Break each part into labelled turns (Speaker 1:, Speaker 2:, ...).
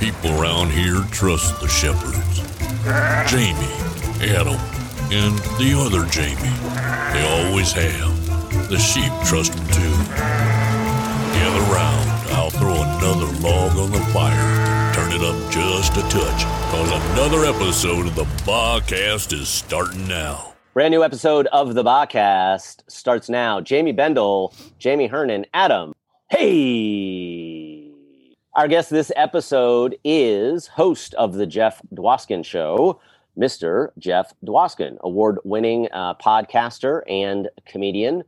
Speaker 1: people around here trust the shepherds. Jamie, Adam, and the other Jamie. They always have. The sheep trust them too. Gather round. I'll throw another log on the fire. Turn it up just a touch. Cause another episode of the Bobcast is starting now.
Speaker 2: Brand new episode of the podcast starts now. Jamie Bendel, Jamie Hernan, Adam. Hey! Our guest this episode is host of the Jeff Dwoskin Show, Mr. Jeff Dwoskin, award winning uh, podcaster and comedian,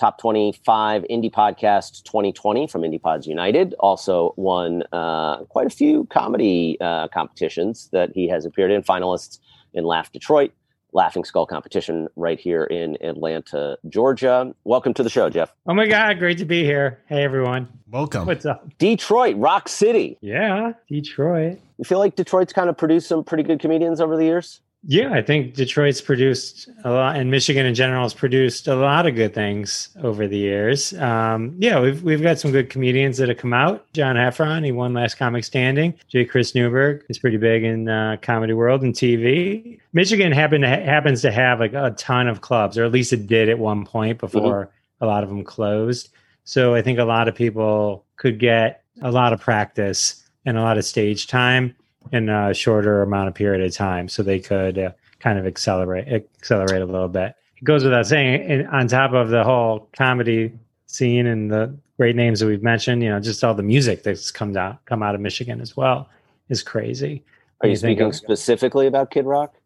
Speaker 2: top 25 indie podcast 2020 from Indie Pods United. Also won uh, quite a few comedy uh, competitions that he has appeared in, finalists in Laugh Detroit. Laughing Skull competition right here in Atlanta, Georgia. Welcome to the show, Jeff.
Speaker 3: Oh my God, great to be here. Hey, everyone.
Speaker 4: Welcome.
Speaker 3: What's up?
Speaker 2: Detroit, Rock City.
Speaker 3: Yeah, Detroit.
Speaker 2: You feel like Detroit's kind of produced some pretty good comedians over the years?
Speaker 3: Yeah, I think Detroit's produced a lot, and Michigan in general has produced a lot of good things over the years. Um, yeah, we've we've got some good comedians that have come out. John Heffron, he won Last Comic Standing. J. Chris Newberg is pretty big in uh, comedy world and TV. Michigan happen to ha- happens to have like a ton of clubs, or at least it did at one point before a lot of them closed. So I think a lot of people could get a lot of practice and a lot of stage time in a shorter amount of period of time so they could uh, kind of accelerate accelerate a little bit it goes without saying and on top of the whole comedy scene and the great names that we've mentioned you know just all the music that's come out come out of michigan as well is crazy
Speaker 2: Are you
Speaker 3: You think
Speaker 2: speaking
Speaker 3: of-
Speaker 2: specifically about Kid Rock?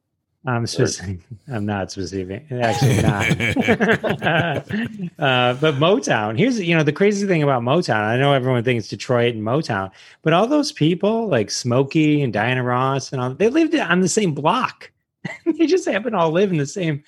Speaker 3: i'm specific i'm not specific actually not uh, but motown here's you know the crazy thing about motown i know everyone thinks detroit and motown but all those people like Smokey and Diana Ross and all, they lived on the same block. they just happen to all live in the same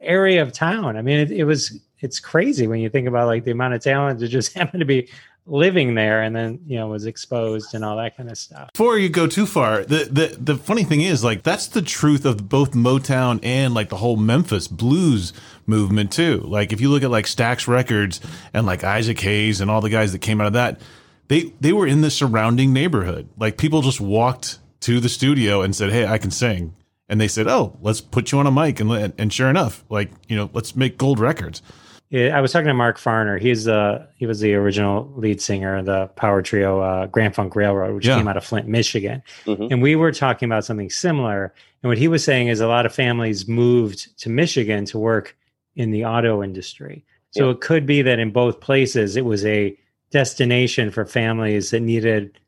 Speaker 3: area of town. I mean, it, it was, it's crazy when you think about like the amount of talent that just happened to be living there and then, you know, was exposed and all that kind of stuff.
Speaker 4: Before you go too far, the, the the funny thing is, like, that's the truth of both Motown and like the whole Memphis blues movement too. Like, if you look at like Stax Records and like Isaac Hayes and all the guys that came out of that, they they were in the surrounding neighborhood. Like, people just walked to the studio and said, "Hey, I can sing," and they said, "Oh, let's put you on a mic," and let- and sure enough, like you know, let's make gold records.
Speaker 3: Yeah, I was talking to Mark Farner. He's uh he was the original lead singer of the power trio uh, Grand Funk Railroad, which
Speaker 4: Yeah.
Speaker 3: came out of Flint, Michigan.
Speaker 2: Mhm.
Speaker 3: And we were talking about something similar. And what he was saying is a lot of families moved to Michigan to work in the auto industry. So
Speaker 2: Yeah.
Speaker 3: it could be that in both places it was a destination for families that needed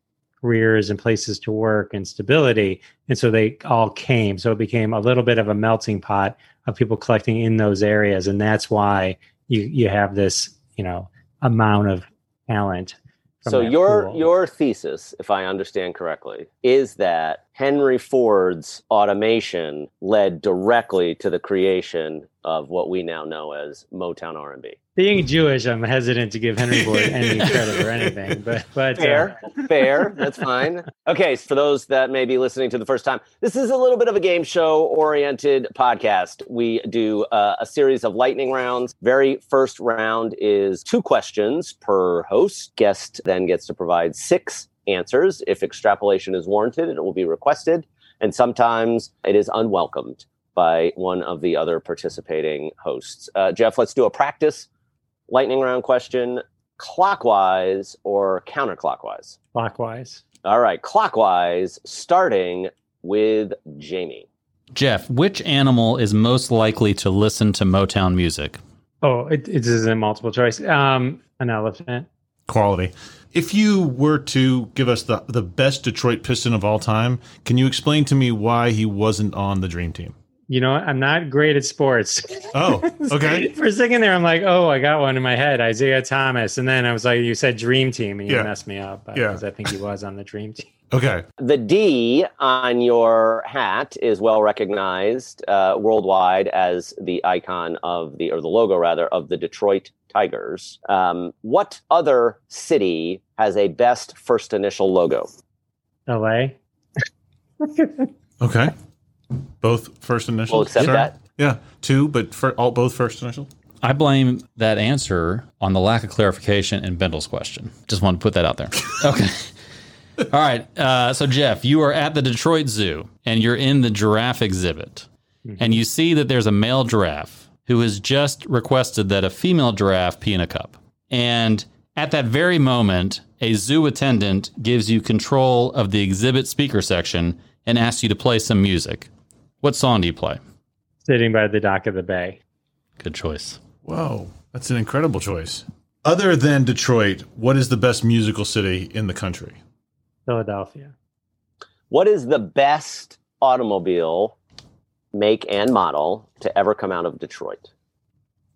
Speaker 3: careers and places to work and stability. And so they all came. So it became a little bit of a melting pot of people collecting in those areas. And that's why you you have this, you know, amount of talent. from
Speaker 2: So
Speaker 3: that
Speaker 2: your
Speaker 3: pool.
Speaker 2: your thesis, if I understand correctly, is that Henry Ford's automation led directly to the creation of what we now know as Motown R&B.
Speaker 3: being Jewish, I'm hesitant to give Henry Ford any credit or anything, but but uh,
Speaker 2: Fair, fair. That's fine. Okay, so for those that may be listening to the first time, this is a little bit of a game show oriented podcast. We do uh, a series of lightning rounds. Very first round is two questions per host. Guest then gets to provide six answers. If extrapolation is warranted, it will be requested, and sometimes it is unwelcomed by one of the other participating hosts. Uh, Jeff, let's do a practice lightning round question clockwise or counterclockwise?
Speaker 3: clockwise.
Speaker 2: All right, clockwise, starting with Jamie.
Speaker 5: Jeff, which animal is most likely to listen to Motown music?
Speaker 3: Oh, it, it is a multiple choice. Um, an elephant.
Speaker 4: quality. If you were to give us the, the best Detroit Piston of all time, can you explain to me why he wasn't on the Dream Team?
Speaker 3: You know, I'm not great at sports.
Speaker 4: Oh, okay.
Speaker 3: For a second there, I'm like, oh, I got one in my head, Isaiah Thomas, and then I was like, you said Dream Team, and you
Speaker 4: Yeah.
Speaker 3: messed me up
Speaker 4: Yeah.
Speaker 3: because I think he was on the Dream Team.
Speaker 4: Okay.
Speaker 2: The D on your hat is well recognized uh, worldwide as the icon of the, or the logo rather, of the Detroit Tigers. Um, what other city has a best first initial logo?
Speaker 3: L.A.
Speaker 4: Okay. Both first initials.
Speaker 2: We'll accept
Speaker 4: Sure.
Speaker 2: that.
Speaker 4: Yeah, two, but for all both first initials.
Speaker 5: I blame that answer on the lack of clarification in Bendel's question. Just want to put that out there. Okay. All right. Uh, so, Jeff, you are at the Detroit Zoo and you're in the giraffe exhibit. And you see that there's a male giraffe who has just requested that a female giraffe pee in a cup. And at that very moment, a zoo attendant gives you control of the exhibit speaker section and asks you to play some music. What song do you play?
Speaker 3: Sitting by the dock of the bay.
Speaker 5: Good choice.
Speaker 4: Whoa, that's an incredible choice. Other than Detroit, what is the best musical city in the country?
Speaker 3: Philadelphia.
Speaker 2: What is the best automobile make and model to ever come out of Detroit?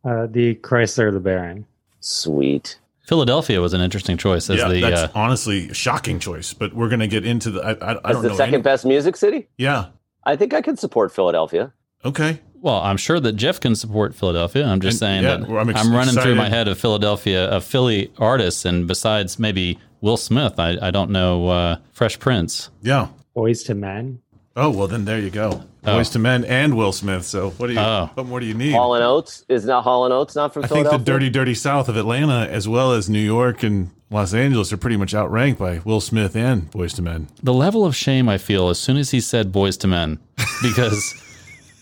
Speaker 3: Uh, the Chrysler LeBaron.
Speaker 2: Sweet.
Speaker 5: Philadelphia was an interesting choice as
Speaker 4: yeah,
Speaker 5: the
Speaker 4: that's
Speaker 5: uh,
Speaker 4: honestly a shocking choice, but we're going to get into the. I, I, I
Speaker 2: As
Speaker 4: don't
Speaker 2: the
Speaker 4: know.
Speaker 2: second
Speaker 4: any-
Speaker 2: best music city?
Speaker 4: yeah.
Speaker 2: I think I could support Philadelphia.
Speaker 4: Okay.
Speaker 5: Well, I'm sure that Jeff can support Philadelphia. I'm just
Speaker 4: And-
Speaker 5: saying
Speaker 4: yeah,
Speaker 5: that
Speaker 4: well, I'm
Speaker 5: I'm,
Speaker 4: ex-
Speaker 5: running through
Speaker 4: excited.
Speaker 5: my head of Philadelphia, of Philly artists, and besides maybe Will Smith, I, I don't know uh, Fresh Prince.
Speaker 4: Yeah.
Speaker 3: Boys to Men.
Speaker 4: Oh well, then there you go. Boys to Men and Will Smith. So what do you?
Speaker 5: Oh.
Speaker 4: What more do you need?
Speaker 2: Hall and Oates is not Hall and Oates not from
Speaker 4: I think
Speaker 2: Philadelphia.
Speaker 4: the dirty, dirty South of Atlanta, as well as New York and Los Angeles, are pretty much outranked by Will Smith and Boys to Men.
Speaker 5: The level of shame I feel as soon as he said "Boys to Men," because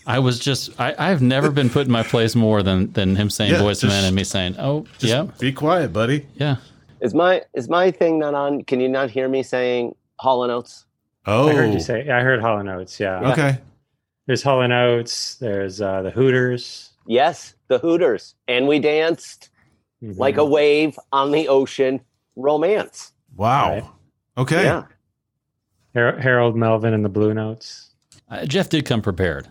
Speaker 5: I was just I, I've never been put in my place more than than him saying
Speaker 4: Yeah,
Speaker 5: "Boys to
Speaker 4: just-
Speaker 5: Men" and me saying, "Oh,
Speaker 4: Just
Speaker 5: yeah,
Speaker 4: be quiet, buddy.
Speaker 5: yeah."
Speaker 2: Is my is my thing not on? Can you not hear me saying Hall and Oates?
Speaker 4: Oh,
Speaker 3: I heard you say. I heard Hall and Oates. Yeah.
Speaker 4: okay.
Speaker 3: There's Hall and Oates. There's uh, the Hooters.
Speaker 2: Yes, the Hooters, and we danced
Speaker 3: Mm-hmm.
Speaker 2: like a wave on the ocean. Romance.
Speaker 4: Wow.
Speaker 3: Right.
Speaker 4: Okay.
Speaker 2: Yeah.
Speaker 3: Har- Harold Melvin and the Blue Notes.
Speaker 5: Uh, Jeff did come prepared.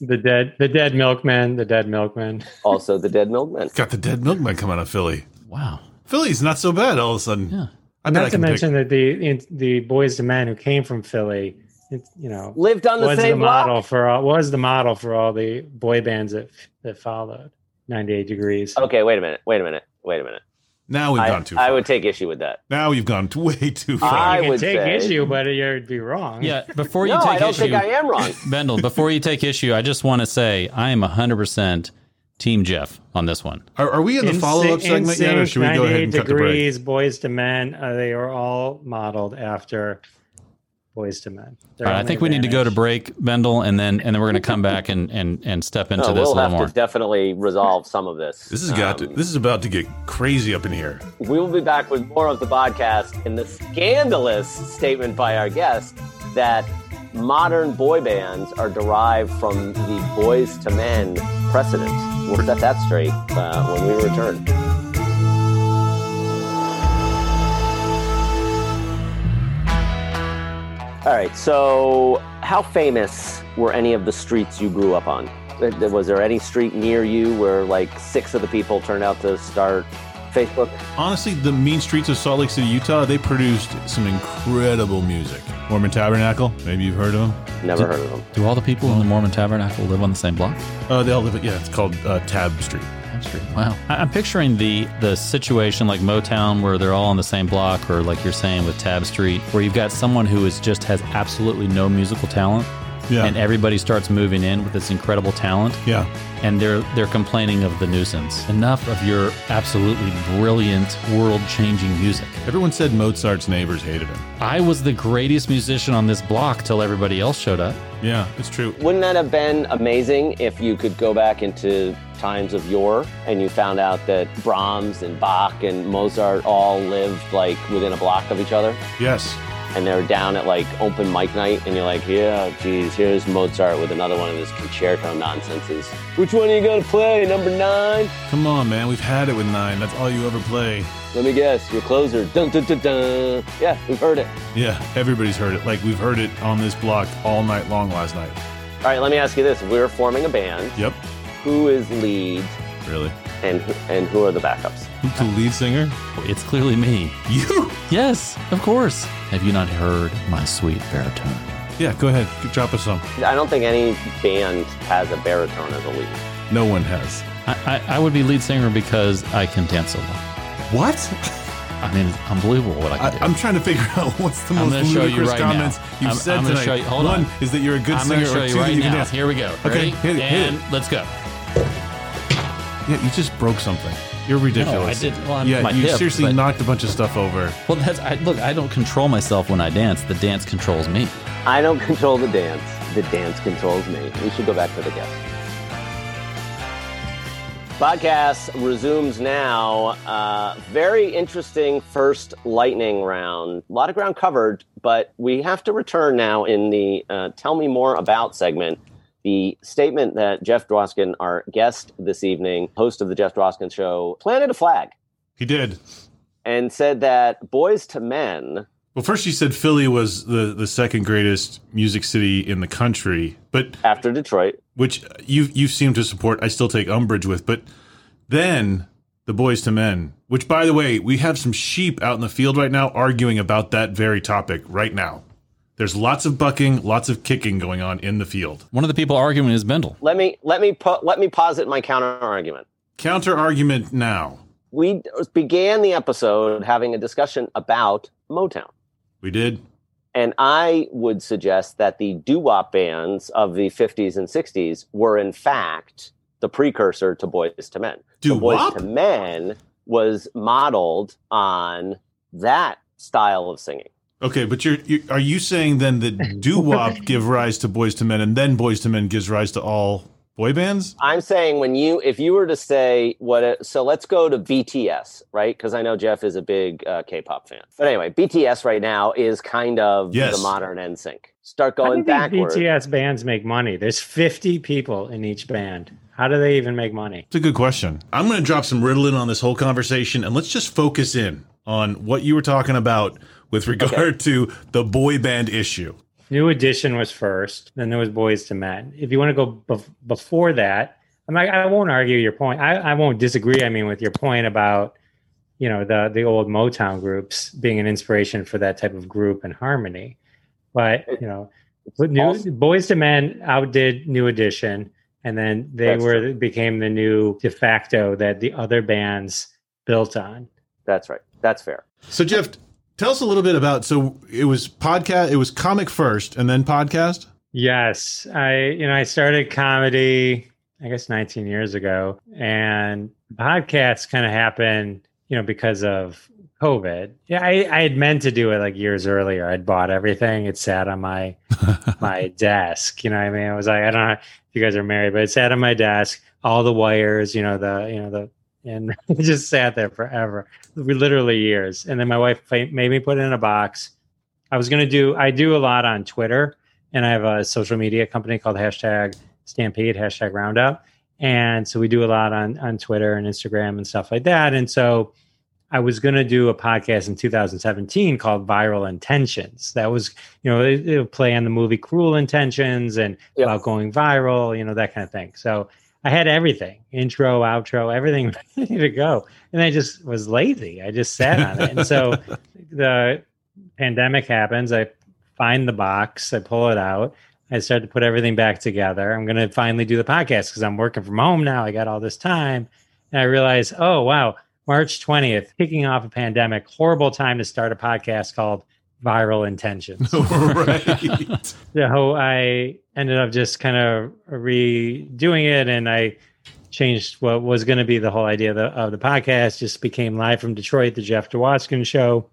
Speaker 3: The dead. The dead milkman. The dead milkman.
Speaker 2: Also, the Dead Milkmen.
Speaker 4: Got the dead milkman coming out of Philly.
Speaker 5: Wow.
Speaker 4: Philly's not so bad all of a sudden.
Speaker 5: Yeah.
Speaker 4: I bet I
Speaker 3: Not to
Speaker 4: can
Speaker 3: mention that
Speaker 4: pick.
Speaker 3: the in, the Boys to Men who came from Philly. It, you know.
Speaker 2: Lived on the
Speaker 3: was
Speaker 2: same
Speaker 3: the model
Speaker 2: block.
Speaker 3: for all was the model for all the boy bands that that followed 98 degrees
Speaker 2: Okay, wait a minute. Wait a minute. Wait a minute.
Speaker 4: Now we've
Speaker 2: I,
Speaker 4: gone too far.
Speaker 2: I would take issue with that.
Speaker 4: now we've gone t- way too far.
Speaker 2: I
Speaker 3: you can
Speaker 2: would
Speaker 3: take
Speaker 2: say-
Speaker 3: issue but you'd be wrong
Speaker 5: Yeah. Before you
Speaker 2: No,
Speaker 5: take
Speaker 2: I don't
Speaker 5: issue,
Speaker 2: think I am wrong.
Speaker 5: Bendel, before you take issue, I just want to say I am 100% Team Jeff on this one.
Speaker 4: are, are we in the
Speaker 3: In
Speaker 4: follow up
Speaker 3: Sync- In
Speaker 4: segment yet, or
Speaker 3: Sync,
Speaker 4: should we go ahead
Speaker 3: 98
Speaker 4: and cut the break?
Speaker 3: degrees boys to men uh, they are all modeled after boys to men Their
Speaker 5: All right, I
Speaker 3: only
Speaker 5: think we need to go to
Speaker 3: advantage-
Speaker 5: break, Bendel, and then and then we're going to come back and and and step into
Speaker 2: No,
Speaker 5: this a
Speaker 2: Oh, we'll
Speaker 5: little
Speaker 2: have
Speaker 5: more.
Speaker 2: to definitely resolve some of this.
Speaker 4: This has got.
Speaker 2: Um,
Speaker 4: to, this is about to get crazy up in here.
Speaker 2: We will be back with more of the podcast and the scandalous statement by our guest that modern boy bands are derived from the boys to men precedent. We'll set that straight uh, when we return. All right, so how famous were any of the streets you grew up on? Uh, Was there any street near you where like six of the people turned out to start Facebook?
Speaker 4: Honestly, the mean streets of Salt Lake City, Utah, they produced some incredible music. Mormon Tabernacle, maybe you've heard of them.
Speaker 2: Never heard of them.
Speaker 5: Do all the people in the Mormon Tabernacle live on the same block?
Speaker 4: Uh, they all live at, yeah, it's called uh, Tab Street.
Speaker 5: That's true. Wow. I- I'm picturing the the situation like Motown where they're all on the same block, or like you're saying with Tab Street, where you've got someone who is just has absolutely no musical talent,
Speaker 4: Yeah.
Speaker 5: and everybody starts moving in with this incredible talent.
Speaker 4: yeah.
Speaker 5: and they're they're complaining of the nuisance. Enough of your absolutely brilliant, world-changing music.
Speaker 4: Everyone said Mozart's neighbors hated him.
Speaker 5: I was the greatest musician on this block till everybody else showed up.
Speaker 4: Yeah, it's true.
Speaker 2: Wouldn't that have been amazing if you could go back into times of yore and you found out that Brahms and Bach and Mozart all lived like within a block of each other
Speaker 4: Yes.
Speaker 2: and they were down at like open mic night and you're like, yeah, geez, here's Mozart with another one of his concerto nonsenses. Which one are you going to play? Number nine?
Speaker 4: Come on, man. We've had it with nine. That's all you ever play.
Speaker 2: Let me guess, your closer. Dun, dun, dun, dun. Yeah, we've heard it.
Speaker 4: Yeah, everybody's heard it. Like, we've heard it on this block all night long last night.
Speaker 2: All right, let me ask you this. If we were forming a band,
Speaker 4: Yep.
Speaker 2: who is lead
Speaker 4: Really?
Speaker 2: and, and who are the backups?
Speaker 4: Who's the lead singer?
Speaker 5: It's clearly me.
Speaker 4: You?
Speaker 5: Yes, of course. Have you not heard my sweet baritone?
Speaker 4: Yeah, go ahead. Drop us some.
Speaker 2: I don't think any band has a baritone as a lead.
Speaker 4: No one has.
Speaker 5: I, I, I would be lead singer because I can dance a lot.
Speaker 4: What?
Speaker 5: I mean, it's unbelievable what I
Speaker 4: I,
Speaker 5: can do.
Speaker 4: I'm trying to figure out what's the
Speaker 5: I'm
Speaker 4: most
Speaker 5: gonna show you
Speaker 4: ludicrous
Speaker 5: right now.
Speaker 4: comments you've
Speaker 5: I'm-
Speaker 4: said
Speaker 5: I'm gonna
Speaker 4: tonight.
Speaker 5: show you- hold
Speaker 4: One
Speaker 5: on.
Speaker 4: is that you're a good
Speaker 5: I'm
Speaker 4: singer,
Speaker 5: gonna show
Speaker 4: or
Speaker 5: you
Speaker 4: two that
Speaker 5: right
Speaker 4: you can
Speaker 5: now.
Speaker 4: dance.
Speaker 5: Here we go.
Speaker 4: Okay,
Speaker 5: Ready?
Speaker 4: hit it, hit
Speaker 5: and
Speaker 4: it.
Speaker 5: let's go.
Speaker 4: Yeah, you just broke something. You're ridiculous.
Speaker 5: did- well, I'm-
Speaker 4: yeah,
Speaker 5: my
Speaker 4: you
Speaker 5: hip,
Speaker 4: seriously
Speaker 5: but-
Speaker 4: knocked a bunch of stuff over.
Speaker 5: Well, that's I, look. I don't control myself when I dance. The dance controls me.
Speaker 2: I don't control the dance. The dance controls me. We should go back to the guest. Podcast resumes now. Uh, very interesting first lightning round. A lot of ground covered, but we have to return now in the uh, Tell Me More About segment. The statement that Jeff Droskin, our guest this evening, host of the Jeff Droskin Show, planted a flag
Speaker 4: He did.
Speaker 2: and said that Boys to Men
Speaker 4: Well, first she said Philly was the, the second greatest music city in the country, but
Speaker 2: after Detroit
Speaker 4: which you you seem to support. I still take umbrage with, but then the boys to men, which by the way, we have some sheep out in the field right now arguing about that very topic right now. There's lots of bucking, lots of kicking going on in the field.
Speaker 5: One of the people arguing is Bendel.
Speaker 2: let me let me po- let me posit my counter argument.
Speaker 4: Counter argument now.
Speaker 2: We began the episode having a discussion about Motown,
Speaker 4: We did.
Speaker 2: and I would suggest that the doo-wop bands of the 50s and 60s were in fact the precursor to Boys to Men. So Boys
Speaker 4: Doo-wop?
Speaker 2: to Men was modeled on that style of singing.
Speaker 4: Okay, but you're, you are you saying then that doo wop give rise to boys to men, and then boys to men gives rise to all boy bands?
Speaker 2: I'm saying when you, if you were to say what, a, so let's go to BTS, right? Because I know Jeff is a big uh, K-pop fan. But anyway, BTS right now is kind of
Speaker 4: Yes.
Speaker 2: the modern NSYNC. Start
Speaker 3: How
Speaker 2: going
Speaker 3: do these
Speaker 2: backwards.
Speaker 3: BTS bands make money? There's 50 people in each band. How do they even make money?
Speaker 4: It's a good question. I'm going to drop some riddling on this whole conversation, and let's just focus in on what you were talking about with regard to the boy band issue.
Speaker 3: New Edition was first. Then there was Boys to Men. If you want to go bef- before that, I'm like, I won't argue your point. I, I won't disagree. I mean, with your point about you know the the old Motown groups being an inspiration for that type of group and harmony, but you know, but new,
Speaker 2: Also-
Speaker 3: Boys to Men outdid New Edition, and then they
Speaker 2: That's
Speaker 3: were became the new de facto that the other bands built on.
Speaker 2: That's right. That's fair.
Speaker 4: So, Jeff, tell us a little bit about. So, it was podcast. It was comic first, and then podcast.
Speaker 3: Yes, I you know I started comedy I guess 19 years ago and podcasts kind of happened, you know, because of COVID. Yeah, I I had meant to do it like years earlier. I'd bought everything. It sat on my my desk, you know what I mean? I was like I don't know if you guys are married, but it sat on my desk, all the wires, you know, the you know the and it just sat there forever. Literally years. And then my wife fa- made me put it in a box. I was going to do I do a lot on Twitter and I have a social media company called hashtag Stampede, hashtag Roundup. And so we do a lot on, on Twitter and Instagram and stuff like that. And so I was going to do a podcast in 2017 called Viral Intentions. That was, you know, it, it'll play on the movie Cruel Intentions and
Speaker 2: Yeah.
Speaker 3: about going viral, you know, that kind of thing. So I had everything intro, outro, everything ready to go. And I just was lazy. I just sat on it. And so the pandemic happens. I find the box, I pull it out, I start to put everything back together. I'm going to finally do the podcast because I'm working from home now. I got all this time. And I realize, oh, wow, March 20th, kicking off a pandemic, horrible time to start a podcast called Viral Intentions.
Speaker 4: right.
Speaker 3: so I ended up just kind of redoing it and I changed what was going to be the whole idea of the, of the podcast, just became live from Detroit, the Jeff DeWaskin show,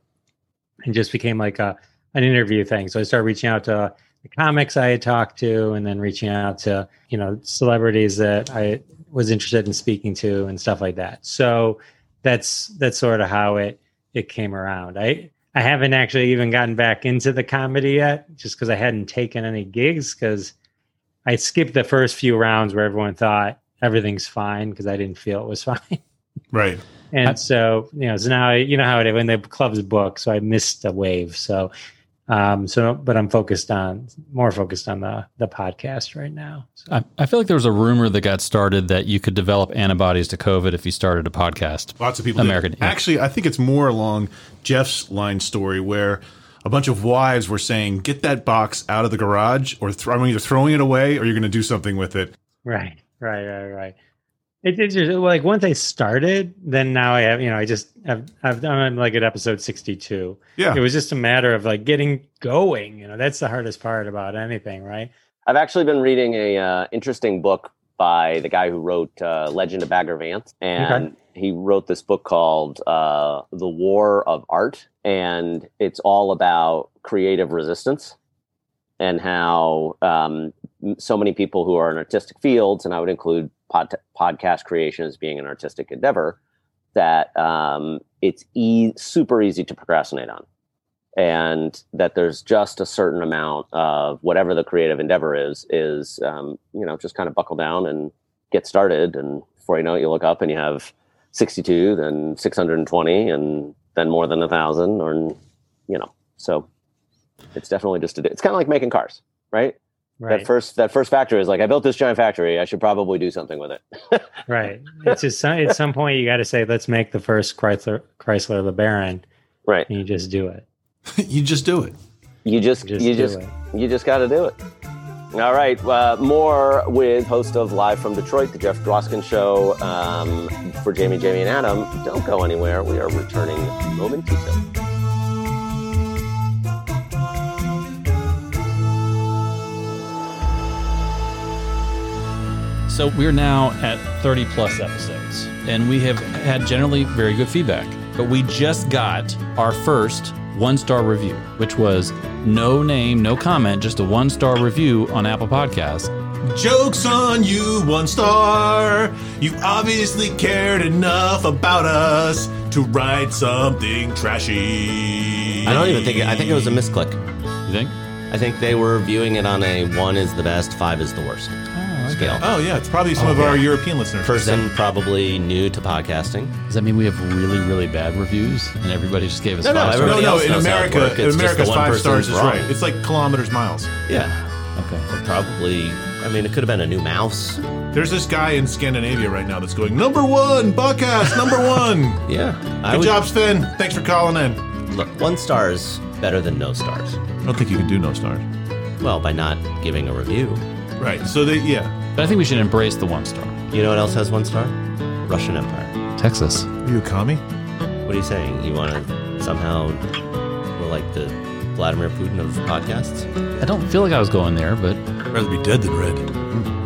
Speaker 3: and just became like a, an interview thing. So I started reaching out to the comics I had talked to and then reaching out to, you know, celebrities that I was interested in speaking to and stuff like that. So that's that's sort of how it it came around. I I haven't actually even gotten back into the comedy yet just because I hadn't taken any gigs because I skipped the first few rounds where everyone thought everything's fine because I didn't feel it was fine.
Speaker 4: Right.
Speaker 3: And
Speaker 5: I-
Speaker 3: so, you know, so now I, you know how it when the club's booked, so I missed the wave. So, um, so but I'm focused on more focused on the the podcast right now. So
Speaker 5: I, I feel like there was a rumor that got started that you could develop antibodies to COVID if you started a podcast.
Speaker 4: Lots of people. did.
Speaker 5: American, yeah.
Speaker 4: Actually, I think it's more along Jeff's line story where a bunch of wives were saying, "Get that box out of the garage, or th- I'm either throwing it away, or you're going to do something with it."
Speaker 3: right, right, right, right. It, it's just like once I started, then now I have you know I just I've, I've I'm like at episode 62.
Speaker 4: Yeah.
Speaker 3: it was just a matter of like getting going you know that's the hardest part about anything right
Speaker 2: I've actually been reading a uh, interesting book by the guy who wrote uh, Legend of Bagger Vance, and he wrote this book called uh, The War of Art, and it's all about creative resistance and how um, m- so many people who are in artistic fields, and I would include pod- podcast creation as being an artistic endeavor, that um, it's e- super easy to procrastinate on. And that there's just a certain amount of whatever the creative endeavor is, is, um, you know, just kind of buckle down and get started. And before you know it, you look up and you have 62, then 620, and then more than a thousand, or, you know, so it's definitely just a, it's kind of like making cars, right?
Speaker 3: Right.
Speaker 2: That first that first factory is like I built this giant factory. I should probably do something with it.
Speaker 3: right. It's just some, at some point you got to say, let's make the first Chrysler Chrysler LeBaron,
Speaker 2: right.
Speaker 3: and you just do it.
Speaker 4: you just do it.
Speaker 2: You just,
Speaker 3: Just
Speaker 2: you
Speaker 3: do
Speaker 2: just
Speaker 3: it.
Speaker 2: you just got to do it. All right. Uh, more with host of Live from Detroit, the Jeff Droskin Show. Um, for Jamie, Jamie, and Adam, don't go anywhere. We are returning momentito.
Speaker 5: So we're now at 30 plus episodes, and we have had generally very good feedback. But we just got our first one star review, which was no name, no comment, just a one star review on Apple Podcasts.
Speaker 4: Jokes on you, one star. You obviously cared enough about us to write something trashy.
Speaker 6: I don't even think. It, I think it was a misclick.
Speaker 5: You think?
Speaker 6: I think they were viewing it on a one is the best, five is the worst scale.
Speaker 4: Oh yeah, it's probably some of our European listeners.
Speaker 6: Person probably new to podcasting.
Speaker 5: Does that mean we have really, really bad reviews and everybody just gave us
Speaker 6: No, no,
Speaker 5: five stars?
Speaker 4: No,
Speaker 6: Everybody
Speaker 4: no,
Speaker 6: else
Speaker 4: in
Speaker 6: knows how it
Speaker 4: America,
Speaker 6: works. It's
Speaker 4: in
Speaker 6: just
Speaker 4: America's
Speaker 6: the one
Speaker 4: five
Speaker 6: person
Speaker 4: stars is
Speaker 6: who's wrong.
Speaker 4: right. It's like kilometers, miles.
Speaker 6: Yeah,
Speaker 5: Okay.
Speaker 6: or probably. I mean, it could have been a new mouse.
Speaker 4: There's this guy in Scandinavia right now that's going number one podcast, number one.
Speaker 6: Yeah, I
Speaker 4: Good
Speaker 6: would-
Speaker 4: job, Sven. Thanks for calling in.
Speaker 6: Look, one star is better than no stars.
Speaker 4: I don't think you can do no stars.
Speaker 6: Well, by not giving a review.
Speaker 4: Right. So they, yeah,
Speaker 5: But I think we should embrace the one star.
Speaker 6: You know what else has one star? Russian Empire.
Speaker 5: Texas.
Speaker 4: are you a commie?
Speaker 6: What are you saying? You want to somehow we're like the Vladimir Putin of podcasts?
Speaker 5: I don't feel like I was going there, but
Speaker 4: I'd rather be dead than red.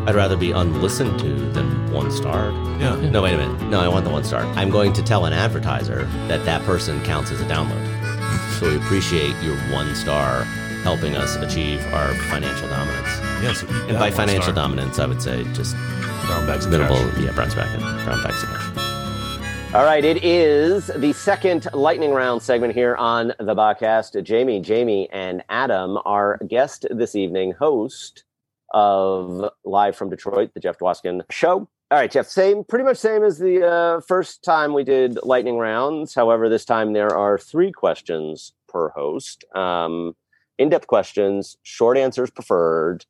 Speaker 6: I'd rather be unlistened to than one star.
Speaker 4: Yeah.
Speaker 6: No, wait a minute. No, I want the one star. I'm going to tell an advertiser that that person counts as a download. So we appreciate your one star helping us achieve our financial dominance.
Speaker 4: Yeah, so eat
Speaker 6: And
Speaker 4: that
Speaker 6: by
Speaker 4: one
Speaker 6: financial
Speaker 4: star.
Speaker 6: dominance, I would say just
Speaker 4: Brown bags of
Speaker 6: minimal.
Speaker 4: trash.
Speaker 6: Yeah, brown back and brown bags of cash.
Speaker 2: All right, it is the second lightning round segment here on the podcast. Jamie, Jamie, and Adam, our guest this evening, host of Live from Detroit, the Jeff Dwoskin Show. All right, Jeff, same, pretty much same as the uh, first time we did lightning rounds. However, this time there are three questions per host. Um, in-depth questions, short answers preferred.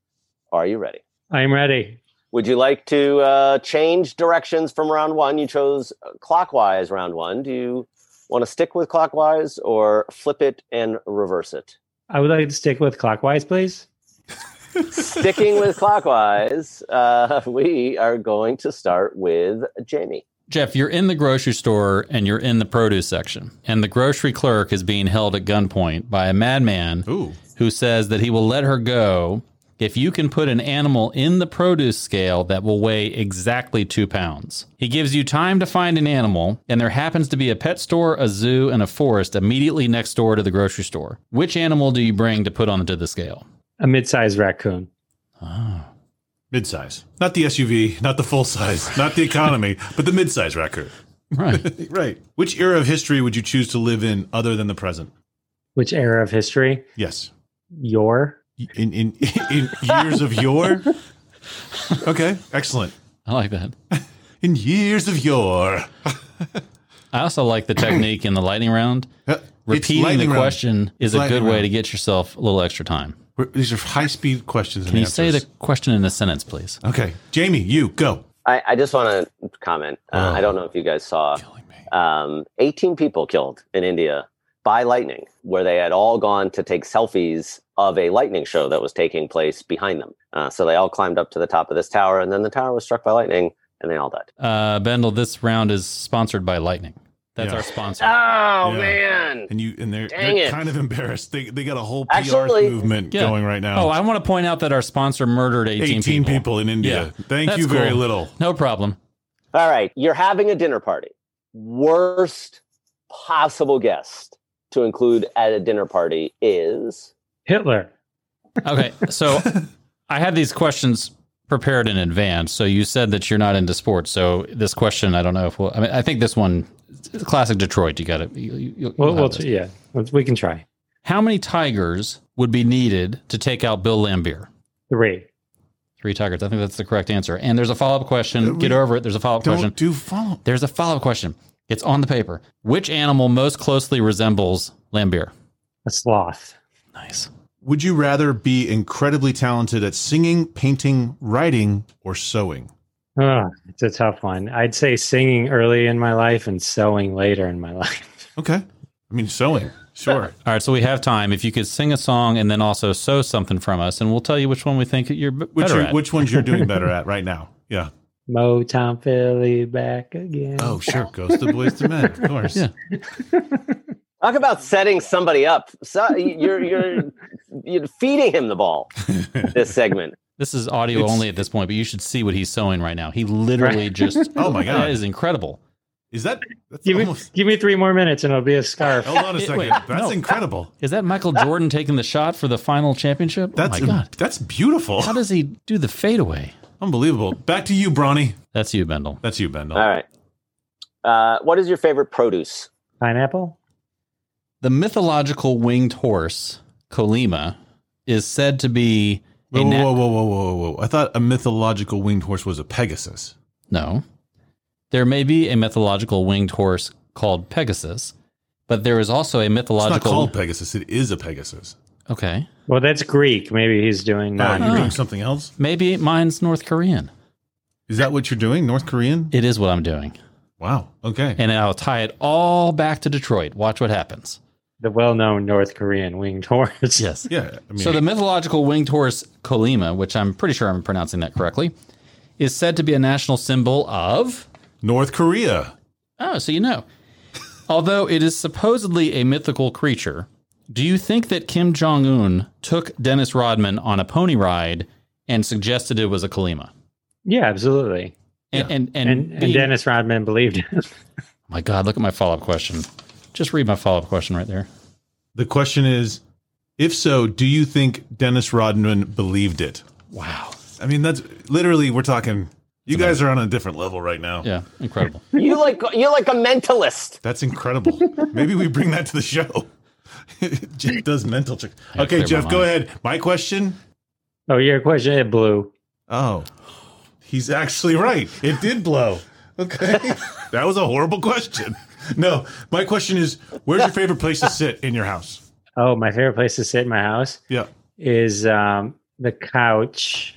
Speaker 2: Are you ready?
Speaker 3: I'm ready.
Speaker 2: Would you like to uh, change directions from round one? You chose uh, clockwise round one. Do you want to stick with clockwise or flip it and reverse it?
Speaker 3: I would like to stick with clockwise, please.
Speaker 2: Sticking with clockwise, uh, we are going to start with Jamie.
Speaker 5: Jeff, you're in the grocery store and you're in the produce section, and the grocery clerk is being held at gunpoint by a madman
Speaker 4: Ooh.
Speaker 5: who says that he will let her go if you can put an animal in the produce scale that will weigh exactly two pounds. He gives you time to find an animal, and there happens to be a pet store, a zoo, and a forest immediately next door to the grocery store. Which animal do you bring to put onto the scale?
Speaker 3: A mid-sized raccoon.
Speaker 4: Midsize. Not the SUV, not the full size, not the economy, but the midsize record.
Speaker 5: Right.
Speaker 4: Right. Which era of history would you choose to live in other than the present?
Speaker 3: Which era of history?
Speaker 4: Yes.
Speaker 3: Your.
Speaker 4: In in in years of yore? Okay, excellent.
Speaker 5: I like that.
Speaker 4: In years of yore.
Speaker 5: I also like the technique in the lightning round.
Speaker 4: Uh, it's
Speaker 5: Repeating the
Speaker 4: lightning round.
Speaker 5: question is a
Speaker 4: Lightning
Speaker 5: good way
Speaker 4: round.
Speaker 5: to get yourself a little extra time.
Speaker 4: We're- These are high speed questions.
Speaker 5: Can you say the question in a sentence, please?
Speaker 4: Okay, Jamie, you go.
Speaker 2: I, I just want to comment. Uh, I don't know if you guys saw um, 18 people killed in India by lightning, where they had all gone to take selfies of a lightning show that was taking place behind them. Uh, so they all climbed up to the top of this tower, and then the tower was struck by lightning, and they all died.
Speaker 5: Uh, Bendel, this round is sponsored by Lightning. That's
Speaker 4: Yeah.
Speaker 5: our sponsor.
Speaker 2: Oh
Speaker 4: Yeah.
Speaker 2: man.
Speaker 4: And you and they're,
Speaker 2: Dang
Speaker 4: they're
Speaker 2: it.
Speaker 4: kind of embarrassed. They they got a whole PR
Speaker 2: Actually-
Speaker 4: movement
Speaker 5: Yeah.
Speaker 4: going right now.
Speaker 5: Oh, I want to point out that our sponsor murdered 18,
Speaker 4: 18 people. in India.
Speaker 5: Yeah.
Speaker 4: Thank
Speaker 5: That's
Speaker 4: you very
Speaker 5: cool.
Speaker 4: little.
Speaker 5: No problem.
Speaker 2: All right, you're having a dinner party. Worst possible guest to include at a dinner party is
Speaker 3: Hitler.
Speaker 5: Okay, so I had these questions prepared in advance. So you said that you're not into sports. So this question, I don't know if we'll. I mean, I think this one, it's classic Detroit. You got to. You, you, you'll
Speaker 3: Well,
Speaker 5: have
Speaker 3: we'll
Speaker 5: this.
Speaker 3: tr- yeah, let's, we can try
Speaker 5: How many tigers would be needed to take out Bill Lambier?
Speaker 3: three.
Speaker 5: Three tigers. I think that's the correct answer. And there's a follow up question. Get over it. There's a follow up
Speaker 4: Uh, Don't
Speaker 5: question.
Speaker 4: do follow.
Speaker 5: There's a follow up question. It's on the paper. Which animal most closely resembles Lambier?
Speaker 3: A sloth.
Speaker 5: Nice.
Speaker 4: Would you rather be incredibly talented at singing, painting, writing, or sewing?
Speaker 3: Oh, it's a tough one. I'd say singing early in my life and sewing later in my life.
Speaker 4: Okay. I mean, sewing. Sure.
Speaker 5: All right, so we have time. If you could sing a song and then also sew something from us, and we'll tell you which one we think you're b-
Speaker 4: Which
Speaker 5: better
Speaker 4: you,
Speaker 5: at.
Speaker 4: which ones you're doing better at right now? Yeah.
Speaker 3: Mo Tom Philly back again.
Speaker 4: Oh, sure. Goes to boys to men, of course.
Speaker 5: Yeah.
Speaker 2: talk about setting somebody up. So you're you're you're feeding him the ball. This segment.
Speaker 5: This is audio
Speaker 4: It's-
Speaker 5: only at this point, but you should see what he's sewing right now. He literally just
Speaker 4: Oh my
Speaker 5: that
Speaker 4: god.
Speaker 5: is incredible.
Speaker 4: Is that that's
Speaker 3: give me
Speaker 4: almost Oh.
Speaker 3: give me three more minutes and it'll be a scarf.
Speaker 4: Hold on a
Speaker 5: It-
Speaker 4: second.
Speaker 5: wait,
Speaker 4: that's
Speaker 5: no.
Speaker 4: incredible.
Speaker 5: Is that Michael Jordan taking the shot for the final championship?
Speaker 4: That's
Speaker 5: oh my god!
Speaker 4: that's beautiful.
Speaker 5: How does he do the fadeaway?
Speaker 4: Unbelievable. Back to you, Bronny.
Speaker 5: That's you, Bendel.
Speaker 4: That's you, Bendel.
Speaker 2: All right. Uh, what is your favorite produce?
Speaker 3: Pineapple.
Speaker 5: The mythological winged horse Colima is said to be a
Speaker 4: Whoa,
Speaker 5: na-
Speaker 4: whoa, whoa, whoa, whoa, whoa, whoa. I thought a mythological winged horse was a Pegasus.
Speaker 5: No. There may be a mythological winged horse called Pegasus, but there is also a
Speaker 4: It's not
Speaker 5: mythological.
Speaker 4: called Pegasus. It is a Pegasus.
Speaker 5: okay.
Speaker 3: Well, that's Greek. Maybe he's doing um,
Speaker 4: Oh,
Speaker 3: that.
Speaker 4: you're doing something else?
Speaker 5: Maybe mine's North Korean.
Speaker 4: Is that what you're doing? North Korean?
Speaker 5: It is what I'm doing.
Speaker 4: Wow. Okay.
Speaker 5: And I'll tie it all back to Detroit. Watch what happens.
Speaker 3: the well-known North Korean winged horse.
Speaker 5: Yes.
Speaker 4: Yeah. I mean,
Speaker 5: So the mythological winged horse Kolima, which I'm pretty sure I'm pronouncing that correctly, is said to be a national symbol of
Speaker 4: North Korea.
Speaker 5: Oh, so you know. Although it is supposedly a mythical creature, do you think that Kim Jong Un took Dennis Rodman on a pony ride and suggested it was a Kalima?
Speaker 3: Yeah, absolutely.
Speaker 5: And and, and,
Speaker 3: And, and
Speaker 5: being-
Speaker 3: Dennis Rodman believed him.
Speaker 5: my God, look at my follow up question. Just read my follow up question right there.
Speaker 4: The question is if so, do you think Dennis Rodman believed it?
Speaker 5: Wow.
Speaker 4: I mean, that's literally, we're talking, you guys are on a different level right now.
Speaker 5: Yeah, incredible.
Speaker 2: You like you're like a mentalist.
Speaker 4: That's incredible. Maybe we bring that to the show. Jeff does mental checks.
Speaker 5: Yeah, clear
Speaker 4: Okay,
Speaker 5: my
Speaker 4: Jeff, go
Speaker 5: mind.
Speaker 4: ahead. My question.
Speaker 3: oh, your question it blew.
Speaker 4: Oh, he's actually right. It did blow. Okay. that was a horrible question. No, my question is where's your favorite place to sit in your house?
Speaker 3: Oh, my favorite place to sit in my house
Speaker 4: Yeah.
Speaker 3: is um, the couch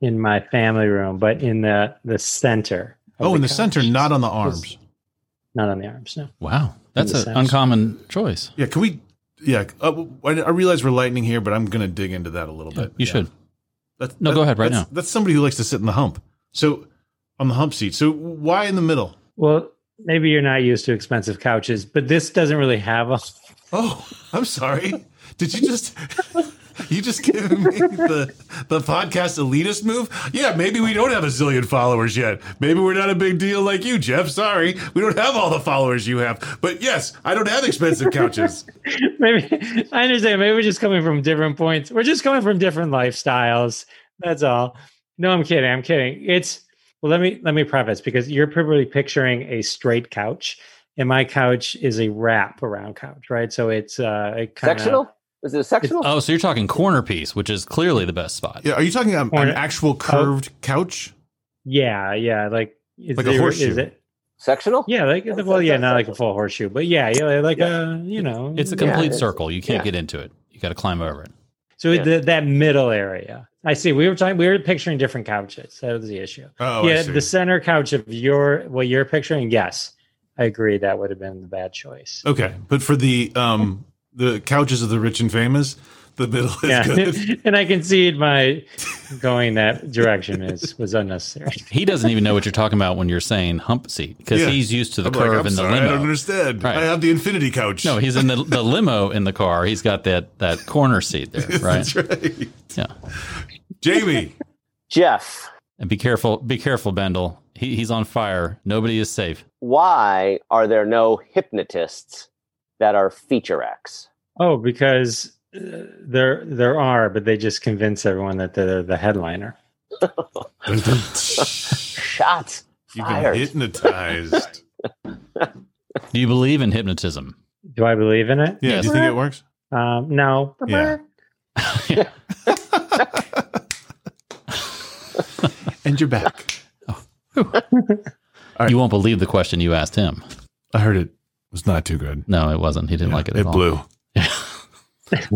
Speaker 3: in my family room, but in the the center. of
Speaker 4: Oh, in the
Speaker 3: couch.
Speaker 4: center, not on the arms.
Speaker 3: not on the arms. No,
Speaker 5: Wow. That's
Speaker 3: In the
Speaker 5: an
Speaker 3: sense.
Speaker 5: uncommon choice.
Speaker 4: Yeah, can we? Yeah, uh, I I realize we're lightning here, but I'm going to dig into that a little bit.
Speaker 5: You
Speaker 4: Yeah.
Speaker 5: should.
Speaker 4: That's,
Speaker 5: No, go ahead right
Speaker 4: that's-
Speaker 5: now.
Speaker 4: That's somebody who likes to sit in the hump. So, on the hump seat. So, why in the middle?
Speaker 3: well, maybe you're not used to expensive couches, but this doesn't really have a.
Speaker 4: Oh, I'm sorry. Did you just you just give me the the podcast elitist move? Yeah, maybe we don't have a zillion followers yet. Maybe we're not a big deal like you, Jeff. Sorry, we don't have all the followers you have. But yes, I don't have expensive couches.
Speaker 3: Maybe I understand. Maybe we're just coming from different points. We're just coming from different lifestyles. That's all. No, I'm kidding. I'm kidding. It's well. Let me let me preface because you're probably picturing a straight couch, and my couch is a wrap around couch, right? So it's uh, it kind
Speaker 2: Sectional? Is it a sectional?
Speaker 5: Oh, so you're talking corner piece, which is clearly the best spot.
Speaker 4: Yeah, are you talking about an
Speaker 3: Or- uh,
Speaker 4: actual curved couch?
Speaker 3: Yeah, yeah, like is
Speaker 4: Like a
Speaker 3: there- Is
Speaker 4: horseshoe.
Speaker 3: it?
Speaker 2: sectional?
Speaker 3: Yeah, like
Speaker 2: That's-
Speaker 3: well, yeah,
Speaker 2: that's-
Speaker 3: not like a full horseshoe, but yeah, yeah, like a you know,
Speaker 5: It's a
Speaker 3: yeah.
Speaker 5: complete
Speaker 2: it's-
Speaker 5: circle. You can't
Speaker 2: yeah.
Speaker 5: get into it. You got to climb over it.
Speaker 3: So
Speaker 2: yeah.
Speaker 3: the, that middle area, I see. We were talking, we were picturing different couches. That was the issue.
Speaker 4: Oh,
Speaker 3: yeah,
Speaker 4: I see.
Speaker 3: the center couch of your what you're picturing. Yes, I agree. That would have been the bad choice.
Speaker 4: okay, but for the um the couches of the rich and famous, The middle is
Speaker 3: yeah.
Speaker 4: good.
Speaker 3: and I concede my going that direction is was unnecessary.
Speaker 5: He doesn't even know what you're talking about when you're saying hump seat because
Speaker 4: Yeah.
Speaker 5: he's used to the
Speaker 4: I'm like,
Speaker 5: curve
Speaker 4: I'm
Speaker 5: and the
Speaker 4: sorry, I don't
Speaker 5: limo.
Speaker 4: understand.
Speaker 5: Right.
Speaker 4: I have the infinity couch.
Speaker 5: No, he's in the, the limo in the car. He's got that that corner seat there, right?
Speaker 4: That's right.
Speaker 5: Yeah.
Speaker 4: Jamie.
Speaker 2: Jeff,
Speaker 5: And be careful, be careful, Bendel. He, he's on fire. Nobody is safe.
Speaker 2: why are there no hypnotists that are feature acts?
Speaker 3: Oh, because uh, there there are, but they just convince everyone that they're the headliner.
Speaker 2: Shots
Speaker 4: You've been
Speaker 2: fired.
Speaker 4: hypnotized.
Speaker 5: Do you believe in hypnotism?
Speaker 3: Do I believe in it?
Speaker 4: Yeah,
Speaker 5: Yes.
Speaker 4: do you think it works?
Speaker 3: Um, no.
Speaker 4: Yeah. And you're back. Right.
Speaker 5: You won't believe the question you asked him.
Speaker 4: I heard it was not too good.
Speaker 5: No, it wasn't. He didn't like it. At
Speaker 4: It
Speaker 5: all.
Speaker 4: blew. all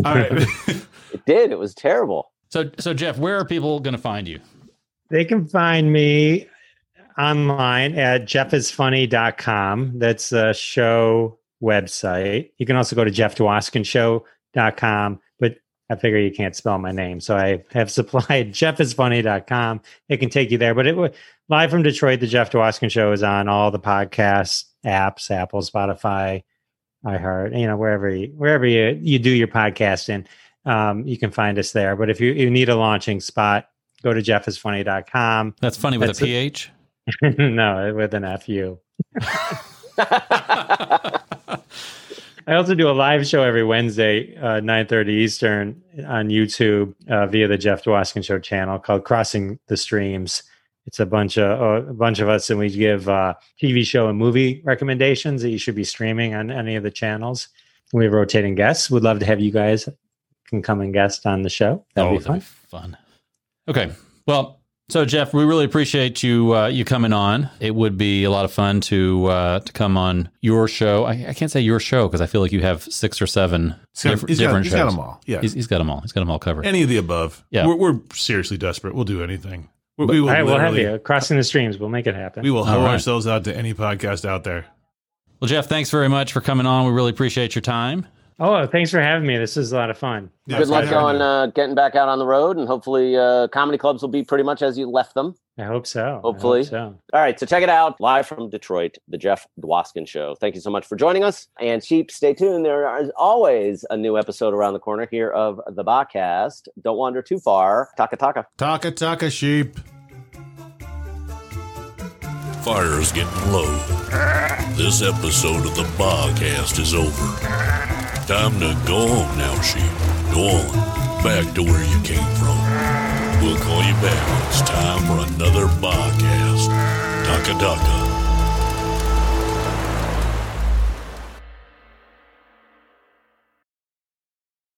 Speaker 4: right.
Speaker 2: It did. It was terrible.
Speaker 5: So, so Jeff, where are people going to find you?
Speaker 3: They can find me online at jeffisfunny.com. That's the show website. You can also go to jeffdwaskinshow.com, but I figure you can't spell my name. So I have supplied jeffisfunny.com. It can take you there. But it wa- live from Detroit, the Jeff Dwoskin Show is on all the podcast apps, Apple, Spotify, iHeart, you know, wherever you, wherever you, you do your podcast in. Um, you can find us there. But if you, you need a launching spot, go to jeffisfunny.com.
Speaker 5: That's funny with
Speaker 3: That's
Speaker 5: a
Speaker 3: it.
Speaker 5: ph.
Speaker 3: no, with an FU. I also do a live show every Wednesday, uh, 9.30 Eastern on YouTube uh, via the Jeff Dwoskin Show channel called Crossing the Streams. It's a bunch of uh, a bunch of us, and we give uh, TV show and movie recommendations that you should be streaming on any of the channels. We have rotating guests. Would love to have you guys can come and guest on the show. That'd
Speaker 5: oh,
Speaker 3: be fun.
Speaker 5: that'd be fun. Okay. Well, so Jeff, we really appreciate you uh, you coming on. It would be a lot of fun to uh, to come on your show. I, I can't say your show because I feel like you have six or seven
Speaker 4: He's got,
Speaker 5: diff-
Speaker 4: he's got,
Speaker 5: different
Speaker 4: he's
Speaker 5: shows.
Speaker 4: got them all. Yeah.
Speaker 5: He's, he's got them all. He's got them all covered.
Speaker 4: Any of the above.
Speaker 5: Yeah.
Speaker 4: We're, we're seriously desperate. We'll do anything. We, we will
Speaker 3: All right, we'll have
Speaker 4: literally-
Speaker 3: you. Crossing the Streams. We'll make it happen.
Speaker 4: We will
Speaker 5: All
Speaker 4: hoe
Speaker 5: right.
Speaker 4: ourselves out to any podcast out there.
Speaker 5: well, Jeff, thanks very much for coming on. We really appreciate your time.
Speaker 3: Oh, thanks for having me. This is a lot of fun.
Speaker 4: Yeah,
Speaker 2: Good
Speaker 4: it's
Speaker 2: luck
Speaker 4: fine.
Speaker 2: on uh, getting back out on the road, and hopefully, uh, comedy clubs will be pretty much as you left them.
Speaker 3: I hope so. I hope
Speaker 2: Hopefully.
Speaker 3: so.
Speaker 2: All right, so check it out live from Detroit, the Jeff Dwoskin Show. Thank you so much for joining us. And sheep, stay tuned. There is always a new episode around the corner here of the podcast. Don't wander too far. Taka taka.
Speaker 4: Taka Taka Sheep.
Speaker 1: Fire's getting low. This episode of the podcast is over. Time to go home now, sheep. Go on, back to where you came from. We'll call you back when it's time for another podcast. Taka Taka.